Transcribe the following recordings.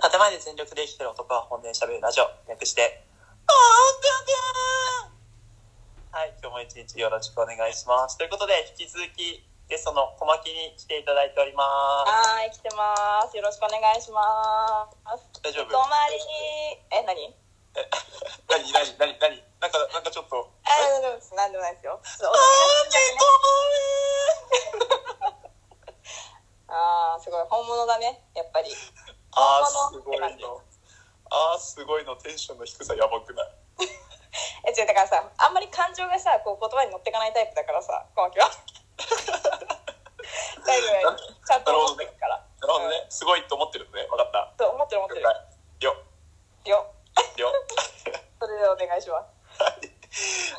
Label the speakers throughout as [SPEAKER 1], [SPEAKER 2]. [SPEAKER 1] 建前で全力で生きてる男は本音で喋るラジオ、略して、はい、今日も一日よろしくお願いします。ということで、引き続き、ゲストの小牧に来ていただいております。
[SPEAKER 2] はい、来てます。よろしくお願いします。
[SPEAKER 1] 大丈夫
[SPEAKER 2] 泊まりえ、何？
[SPEAKER 1] え 何何何何なんか、なんかちょっと。
[SPEAKER 2] あ、大丈夫です。なんでもないですよ。そう あー、すごい本物だね。やっぱり。
[SPEAKER 1] あー、すごいの。あー、すごいの。テンションの低さやばくない。
[SPEAKER 2] え、違うだからさ、あんまり感情がさ、こう言葉に乗ってかないタイプだからさ、小牧は。大丈夫大丈夫。ちゃんと思ってるから。
[SPEAKER 1] なるほどね。すごいと思ってるのね。わかった。
[SPEAKER 2] と思ってる思っ
[SPEAKER 1] 了
[SPEAKER 2] て
[SPEAKER 1] 解
[SPEAKER 2] る。。
[SPEAKER 1] よ、
[SPEAKER 2] よ、
[SPEAKER 1] よ。
[SPEAKER 2] それでお願いします。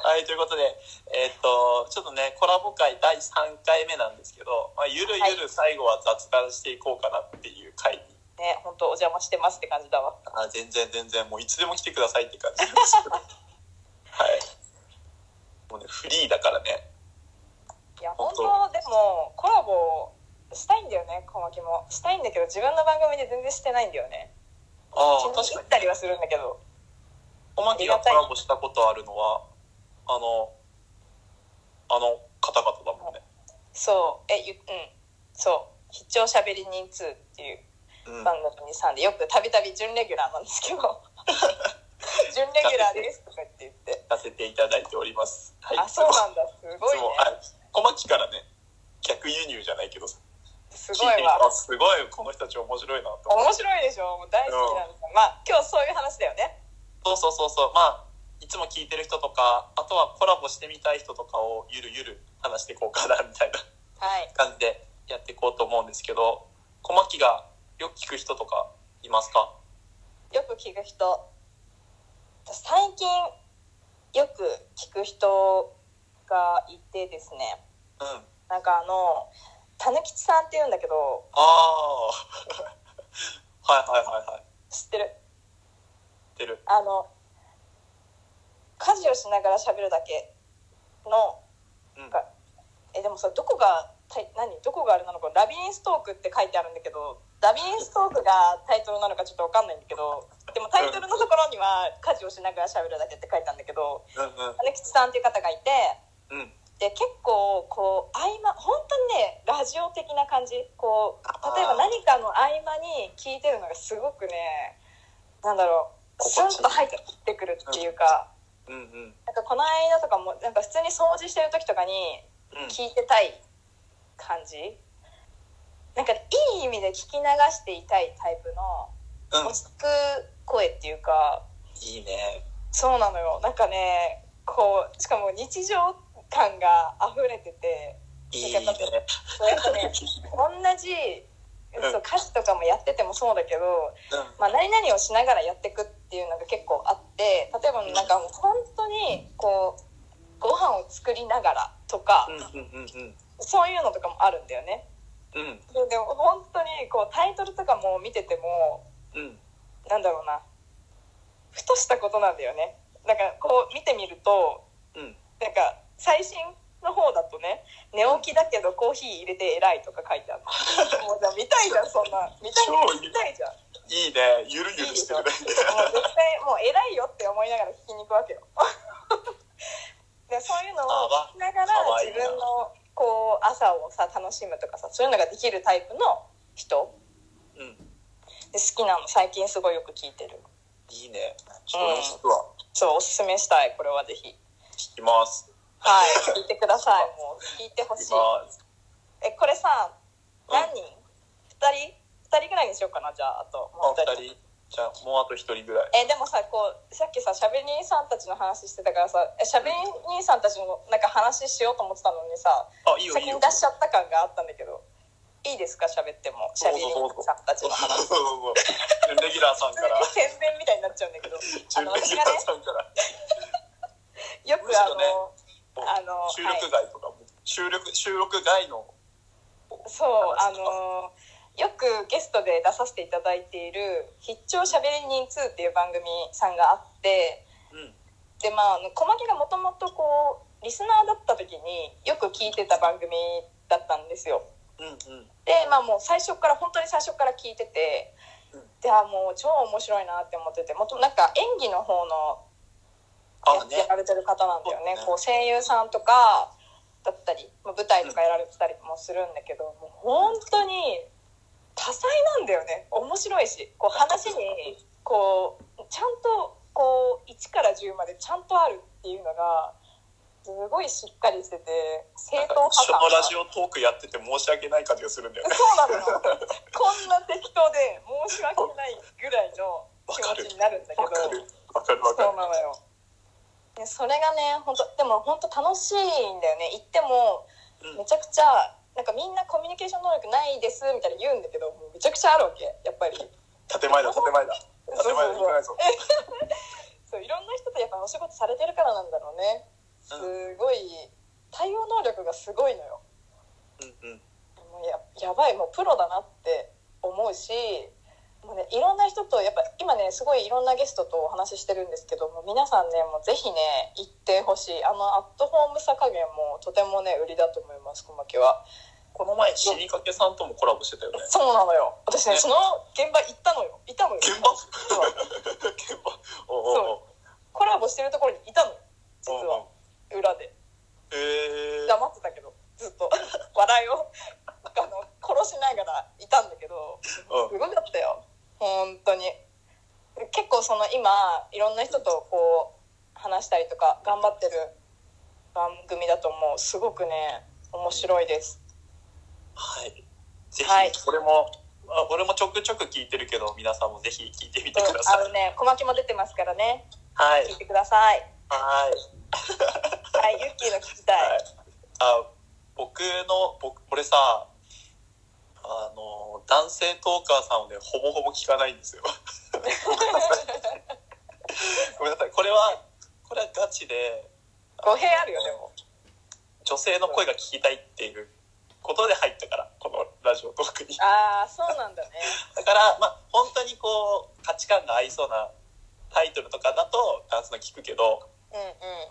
[SPEAKER 1] はい、ということで、えーっと、ちょっとね、コラボ会第3回目なんですけど、まあ、ゆるゆる最後は雑談していこうかなっていう回に、
[SPEAKER 2] ね、本当お邪魔してますって感じだわ。
[SPEAKER 1] あ全然全然、もういつでも来てくださいって感じなんですけ ど、はい。もうね、フリーだからね。
[SPEAKER 2] いや
[SPEAKER 1] 本
[SPEAKER 2] 本
[SPEAKER 1] 当
[SPEAKER 2] 当でもコラボしたいんだよね小牧もしたいんだけど自分の番組で全然してないんだよね
[SPEAKER 1] ああ、
[SPEAKER 2] 行
[SPEAKER 1] 確か
[SPEAKER 2] っ
[SPEAKER 1] に。
[SPEAKER 2] たりはするんだけど
[SPEAKER 1] 小牧がコラボしたことあるのは、あの、あの方々だもんね。
[SPEAKER 2] そうえゆうんそう「必聴しゃべり人2」っていう
[SPEAKER 1] うん。
[SPEAKER 2] 番組さんでよくたびたび準レギュラーなんです けど「準レギュラーです」とかって言って
[SPEAKER 1] させていただいております。はい。
[SPEAKER 2] あそうなんだすごいね
[SPEAKER 1] そうはい小牧からね、逆輸入じゃないけどさ。
[SPEAKER 2] す
[SPEAKER 1] 聞
[SPEAKER 2] ご
[SPEAKER 1] い
[SPEAKER 2] い
[SPEAKER 1] てみたら
[SPEAKER 2] わ
[SPEAKER 1] あすごいこの人たち面白いなと
[SPEAKER 2] 面白いでしょもう大好きなんだからまあ今日そういう話だよね
[SPEAKER 1] そうそうそうそうまあいつも聞いてる人とかあとはコラボしてみたい人とかをゆるゆる話していこうかなみたいな
[SPEAKER 2] はい
[SPEAKER 1] 感じでやっていこうと思うんですけど小牧がよく聞く人とかいますか
[SPEAKER 2] よく聞く人最近よく聞く人がいてですね
[SPEAKER 1] うんあ
[SPEAKER 2] なんかあのたぬきちさんって言うんだけど
[SPEAKER 1] あー はいはいはいはい
[SPEAKER 2] 知ってる
[SPEAKER 1] 知ってる
[SPEAKER 2] あの家事をしながら喋るだけの
[SPEAKER 1] うん
[SPEAKER 2] かえでもさどこがタイ何どこがあれなのか「ラビリンストーク」って書いてあるんだけどラビリンストークがタイトルなのかちょっとわかんないんだけどでもタイトルのところには「家事をしながら喋るだけ」って書いてあるんだけどたぬきちさんっていう方がいて。
[SPEAKER 1] うんうんうん
[SPEAKER 2] で結構こう合間本当にねラジオ的な感じこう例えば何かの合間に聞いてるのがすごくねなんだろうス
[SPEAKER 1] 心地いい
[SPEAKER 2] ンと入ってくるっていうか,、
[SPEAKER 1] うんうん
[SPEAKER 2] なんかこの間とかもなんか普通に掃除してる時とかに
[SPEAKER 1] うん
[SPEAKER 2] 聞いてたい感じ、なんかいい意味で聞き流していたいタイプの
[SPEAKER 1] うん
[SPEAKER 2] 落ち着く声っていうか
[SPEAKER 1] いいね
[SPEAKER 2] そうなのよなんかねこうしかも日常感が溢れてて。
[SPEAKER 1] いいね
[SPEAKER 2] そうやっぱね同じ
[SPEAKER 1] うん
[SPEAKER 2] そう歌詞とかもやっててもそうだけど、
[SPEAKER 1] うん
[SPEAKER 2] まあ、何々をしながらやっていくっていうのが結構あって例えばなんかもう本当にこうご飯を作りながらとか、
[SPEAKER 1] うんうんうん
[SPEAKER 2] そういうのとかもあるんだよね。
[SPEAKER 1] うん
[SPEAKER 2] ででも本当にこうタイトルとかも見てても
[SPEAKER 1] うん
[SPEAKER 2] なんだろうなふとしたことなんだよね。なんかこう見てみると
[SPEAKER 1] うん
[SPEAKER 2] なんか最新の方だとね寝起きだけどコーヒー入れて偉いとか書いてある もうじゃあ見たいじゃんそんな見たい
[SPEAKER 1] 超いい
[SPEAKER 2] 見たいじゃん
[SPEAKER 1] いいねゆるゆ
[SPEAKER 2] いい
[SPEAKER 1] る
[SPEAKER 2] で
[SPEAKER 1] し
[SPEAKER 2] してょ
[SPEAKER 1] る
[SPEAKER 2] もう
[SPEAKER 1] ね
[SPEAKER 2] 絶対もう偉いよって思いながら聞きに行くわけよ でそういうのを聞きながら
[SPEAKER 1] かわいい
[SPEAKER 2] 自
[SPEAKER 1] な
[SPEAKER 2] 分のこう朝をさ楽しむとかさそういうのができるタイプの人
[SPEAKER 1] うん
[SPEAKER 2] で好きなの最近すごいよく聞いてる
[SPEAKER 1] いいね。それも聞くわ。
[SPEAKER 2] そうおすすめしたいこれはぜひ
[SPEAKER 1] 聞きます。
[SPEAKER 2] はい聞いてくだ さいもう聞いてほ
[SPEAKER 1] 聞
[SPEAKER 2] し
[SPEAKER 1] き
[SPEAKER 2] い
[SPEAKER 1] ます。
[SPEAKER 2] えこれさ
[SPEAKER 1] うん
[SPEAKER 2] 何人、二人二人ぐらいにしようかなじゃああと
[SPEAKER 1] まあ
[SPEAKER 2] もう
[SPEAKER 1] 二人。じゃあもうあと一人ぐらい。
[SPEAKER 2] えでもさこうさっきさしゃべり人さんたちの話してたからさえしゃべり人さんたちのなんか話しようと思ってたのにさ
[SPEAKER 1] あいいよい
[SPEAKER 2] 先
[SPEAKER 1] い
[SPEAKER 2] に
[SPEAKER 1] よ。
[SPEAKER 2] 出しちゃった感があったんだけどいいですかしゃべってもしゃべり人さんたち
[SPEAKER 1] そう
[SPEAKER 2] の
[SPEAKER 1] そう
[SPEAKER 2] 話
[SPEAKER 1] そうそう。準レギュラーさん
[SPEAKER 2] 普通
[SPEAKER 1] から
[SPEAKER 2] に。宣伝みたいになっちゃうん だけどあ
[SPEAKER 1] 準
[SPEAKER 2] の
[SPEAKER 1] レギ
[SPEAKER 2] 私
[SPEAKER 1] ュ
[SPEAKER 2] が
[SPEAKER 1] ラ
[SPEAKER 2] ね
[SPEAKER 1] ーさんから。
[SPEAKER 2] よく
[SPEAKER 1] むし
[SPEAKER 2] あ
[SPEAKER 1] ろね
[SPEAKER 2] のあの
[SPEAKER 1] 収録外とかも収録収録外の。
[SPEAKER 2] そうあ
[SPEAKER 1] 話とか
[SPEAKER 2] のよくゲストで出させていただいている「必聴しゃべり人2」っていう番組さんがあって
[SPEAKER 1] うん
[SPEAKER 2] でまあ小牧がもともとこうリスナーだった時によく聞いてた番組だったんですよ
[SPEAKER 1] うんうん
[SPEAKER 2] でまあもう最初から本当に最初から聞いてて
[SPEAKER 1] うん
[SPEAKER 2] いやもう超面白いなって思っててもとなんか演技の方の
[SPEAKER 1] あ
[SPEAKER 2] や
[SPEAKER 1] ね
[SPEAKER 2] やられてる方なんだよね
[SPEAKER 1] そうね
[SPEAKER 2] こう声優さんとかだったりまあ舞台とかやられてたりもするんだけど、もう本当に多彩なんだよね面白いしこう話にこうちゃんとこう1から10までちゃんとあるっていうのがすごいしっかりしてて正
[SPEAKER 1] なんか
[SPEAKER 2] 統
[SPEAKER 1] 一緒
[SPEAKER 2] 派
[SPEAKER 1] の
[SPEAKER 2] 感が
[SPEAKER 1] ラジオトークやってて申し訳ない感じがするんだよね
[SPEAKER 2] そうなの よこんな適当で申し訳ないぐらいの気持ちになるんだけど
[SPEAKER 1] わかるわかるわ
[SPEAKER 2] そう
[SPEAKER 1] かる
[SPEAKER 2] なのよでそれがね本当でも本当楽しいんだよね行っても
[SPEAKER 1] うん
[SPEAKER 2] めちゃくちゃなんかみんなコミュニケーション能力ないですみたいに言うんだけどもうめちゃくちゃあるわけやっぱり
[SPEAKER 1] 建前だ建前だ建前だ行かないぞ
[SPEAKER 2] そういろんな人とやっぱお仕事されてるからなんだろうねすごい対応能力がすごいのよ
[SPEAKER 1] うんうん
[SPEAKER 2] もうややばいもうプロだなって思うしもう、ね、いろんな人とやっぱ今ねすごいいろんなゲストとお話ししてるんですけどもう皆さんねもうぜひね行ってほしいあのアットホームさ加減もとてもね売りだと思います小牧は
[SPEAKER 1] この前死にかけさんともコラボしてた よね
[SPEAKER 2] そうなのよ私ね
[SPEAKER 1] ね
[SPEAKER 2] その現場行ったのよいたのよ
[SPEAKER 1] 現場
[SPEAKER 2] そう
[SPEAKER 1] 現場おうおう
[SPEAKER 2] コラボしてるところにいたのよ実
[SPEAKER 1] おう
[SPEAKER 2] は
[SPEAKER 1] おう
[SPEAKER 2] 裏で
[SPEAKER 1] へえ
[SPEAKER 2] 黙ってたけどずっと笑いをあの殺しながらいたんだけど
[SPEAKER 1] う
[SPEAKER 2] すごかったよ本当に結構その今いろんな人とこう話したりとか頑張ってる番組だと思うすごくね面白いです
[SPEAKER 1] はいぜ
[SPEAKER 2] はい
[SPEAKER 1] ひこれもあ俺もちょくちょく聞いてるけど皆さんもぜひ聞いてみてくださ
[SPEAKER 2] あ
[SPEAKER 1] い
[SPEAKER 2] のね小牧も出てますからね
[SPEAKER 1] はい
[SPEAKER 2] 聞いてください
[SPEAKER 1] はい
[SPEAKER 2] はいユッキーの聞きたい、
[SPEAKER 1] あ僕の僕俺さあの男性トーカーさんをねほぼほぼ聞かないん ですよごめんなさいこれはこれはガチで
[SPEAKER 2] 語弊あるよねも
[SPEAKER 1] 女性の声が聞きたいっていうことで入ったからこのラジオトークに
[SPEAKER 2] ああそうなんだね
[SPEAKER 1] だからまあ本当にこう価値観が合いそうなタイトルとかだとダンスの聞くけど、
[SPEAKER 2] うん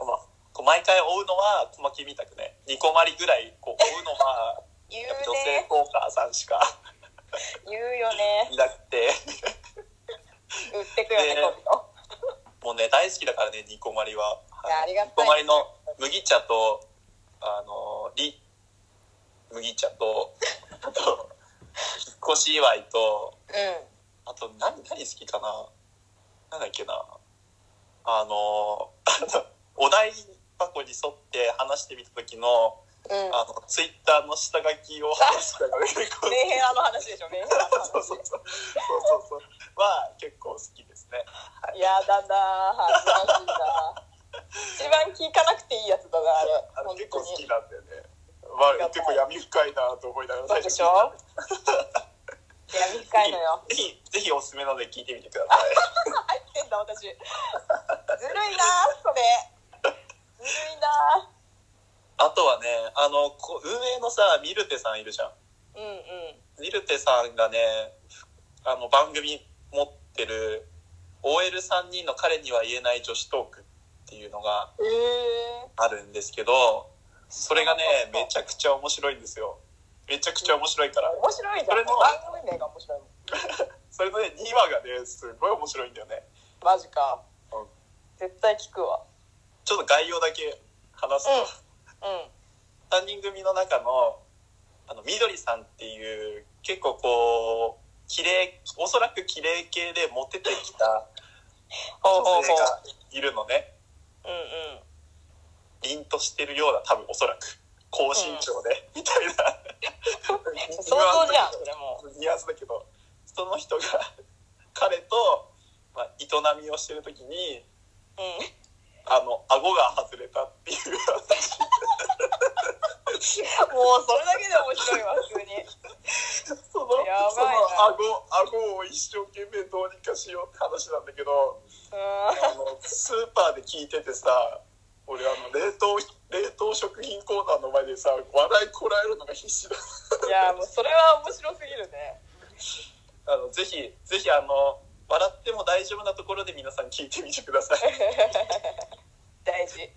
[SPEAKER 2] うん
[SPEAKER 1] まあ、こう毎回追うのは小牧みたくねニコマリぐらいこ う追うのは
[SPEAKER 2] 言う
[SPEAKER 1] やっぱ女性
[SPEAKER 2] ね
[SPEAKER 1] トーカーさんしか
[SPEAKER 2] 言うよね
[SPEAKER 1] いなくて。
[SPEAKER 2] 売ってくよね
[SPEAKER 1] ね
[SPEAKER 2] 今度
[SPEAKER 1] もうね、大好きだからね、ニコマリは。
[SPEAKER 2] いやありがたい
[SPEAKER 1] ニコマリの麦茶と、あの、り、麦茶と、あと、引っ越し祝いと、
[SPEAKER 2] うん
[SPEAKER 1] あと何、何好きかななんだっけなあの、 お題箱に沿って話してみた時の、
[SPEAKER 2] うん
[SPEAKER 1] あの、ツイッターの下書きを話したらね、こう
[SPEAKER 2] メンヘラの話でしょメンヘラの話
[SPEAKER 1] そうそうそう。そうそうそう。は、結構好きですね。
[SPEAKER 2] いやだな恥ずかしいな一番聞かなくていいやつだなあれ
[SPEAKER 1] あの
[SPEAKER 2] 本
[SPEAKER 1] 結
[SPEAKER 2] 当
[SPEAKER 1] 構
[SPEAKER 2] に
[SPEAKER 1] 好きなんだよね。ま
[SPEAKER 2] りが
[SPEAKER 1] あ、
[SPEAKER 2] たい
[SPEAKER 1] 結構闇深いなと思いながら
[SPEAKER 2] そ
[SPEAKER 1] 最
[SPEAKER 2] うで
[SPEAKER 1] 初
[SPEAKER 2] しょいや短いのよ
[SPEAKER 1] ぜひ、ぜひおすすめなので聞いてみてください。
[SPEAKER 2] 入ってんだ私ずるいなそれずるいな
[SPEAKER 1] あとはね、あの、こ運営のさ、ミルテさんいるじゃん。
[SPEAKER 2] うんうん
[SPEAKER 1] ミルテさんがね、あの、番組持ってる OL3 人の彼には言えない女子トークっていうのが
[SPEAKER 2] えー、
[SPEAKER 1] あるんですけど、それがね、めち
[SPEAKER 2] ゃ
[SPEAKER 1] ゃくちゃ面白いんですよ。めちゃくちゃ面白いから。
[SPEAKER 2] 面白いじゃ
[SPEAKER 1] そ
[SPEAKER 2] ん
[SPEAKER 1] れ
[SPEAKER 2] 番
[SPEAKER 1] も
[SPEAKER 2] 組名が面白いもん
[SPEAKER 1] それのね、2話がね、すごい面白いんだよね。
[SPEAKER 2] マジか
[SPEAKER 1] うん
[SPEAKER 2] 絶対聞くわ
[SPEAKER 1] ちょっと概要だけ話すと。
[SPEAKER 2] うんうん
[SPEAKER 1] 3人組の中のあのみどりさんっていう結構こう綺麗おそらく綺麗系でモテてきた
[SPEAKER 2] ほうほ
[SPEAKER 1] 女
[SPEAKER 2] う
[SPEAKER 1] 性
[SPEAKER 2] ほう
[SPEAKER 1] がいるのね
[SPEAKER 2] うんうん
[SPEAKER 1] 凛としてるような多分おそらく高身長で、みたいな
[SPEAKER 2] 想像じゃんそれも
[SPEAKER 1] ニュアンスだけどその人が 彼と、まあ、営みをしてる時に
[SPEAKER 2] うん
[SPEAKER 1] あの顎が外れたっていう 話
[SPEAKER 2] もうそれだけで面白いわ普通に
[SPEAKER 1] その
[SPEAKER 2] やばいな
[SPEAKER 1] その顎顎を一生懸命どうにかしようって話なんだけどあ のスーパーで聞いててさ俺あの冷凍冷凍食品コーナーの前でさ笑いこらえるのが必死だ
[SPEAKER 2] うんいやもうそれは面白すぎるね
[SPEAKER 1] あのぜひぜひあの笑っても大丈夫なところで皆さん聞いてみてく ださい
[SPEAKER 2] 大事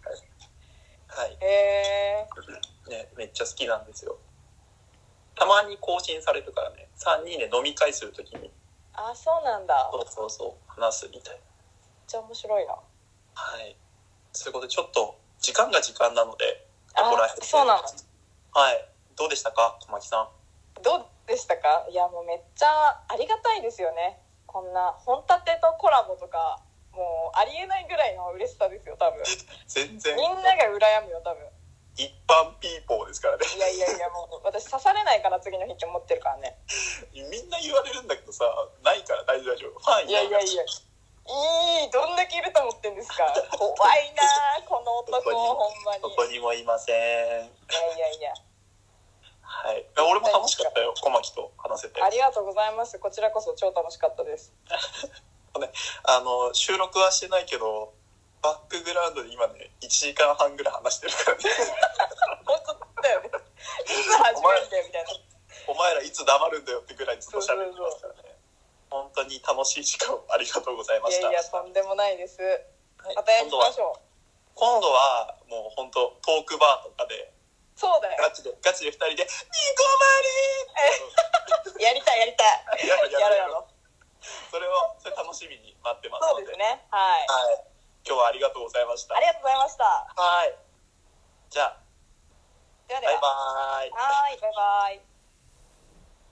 [SPEAKER 1] はい、
[SPEAKER 2] へえ
[SPEAKER 1] ね、めっちゃ好きなんですよたまに更新されるからね3人で飲み会するときに
[SPEAKER 2] あそうなんだ
[SPEAKER 1] そうそうそう話すみたいな
[SPEAKER 2] めっちゃ面白いな
[SPEAKER 1] はいそういうことでちょっと時間が時間なので
[SPEAKER 2] あ
[SPEAKER 1] ここら辺で
[SPEAKER 2] そうなの
[SPEAKER 1] はいどうでしたか小牧さん
[SPEAKER 2] どうでしたかいやもうめっちゃありがたいですよねこんな本立てとコラボとかもうありえないぐらいの嬉しさですよ多分
[SPEAKER 1] 全然
[SPEAKER 2] みんなが羨むよ多分
[SPEAKER 1] 一般ピーポーですからね
[SPEAKER 2] いやいやいやもう私刺されないから次の日って思ってるからね
[SPEAKER 1] みんな言われるんだけどさないから大丈夫大丈夫ファン
[SPEAKER 2] いやいやいやいいどんだけいると思ってんですか怖いなあこの男ほんまに
[SPEAKER 1] どこにもいません
[SPEAKER 2] いやいやいや
[SPEAKER 1] はい俺も楽しかったよ小牧と話せて
[SPEAKER 2] ありがとうございますこちらこそ超楽しかったです
[SPEAKER 1] あの収録はしてないけどバックグラウンドで今ね1時間半ぐらい話してるからね
[SPEAKER 2] 本当だよねいつ始めるんだよみたいな
[SPEAKER 1] お前らいつ黙るんだよってぐらいずっと喋ってますからね本当に楽しい時間をありがとうございま
[SPEAKER 2] い
[SPEAKER 1] した
[SPEAKER 2] やいやとんでもないです
[SPEAKER 1] はい
[SPEAKER 2] またやりましょう
[SPEAKER 1] 今度はもう本当トークバーとかで
[SPEAKER 2] そうだよ
[SPEAKER 1] ガチでガチで2人で「ニコ
[SPEAKER 2] やりたいやりたい
[SPEAKER 1] マリ!」やろう
[SPEAKER 2] や
[SPEAKER 1] や
[SPEAKER 2] ろ
[SPEAKER 1] ろうやろ
[SPEAKER 2] うやろ
[SPEAKER 1] うそれをそれ楽しみに待ってます
[SPEAKER 2] そ
[SPEAKER 1] の
[SPEAKER 2] う
[SPEAKER 1] で
[SPEAKER 2] ですねはい
[SPEAKER 1] はい、今日はありがとうございました
[SPEAKER 2] ありがとうございました
[SPEAKER 1] はいじゃあ
[SPEAKER 2] ではで
[SPEAKER 1] バイ
[SPEAKER 2] は
[SPEAKER 1] バーイ Oh,
[SPEAKER 2] はーいバイバイ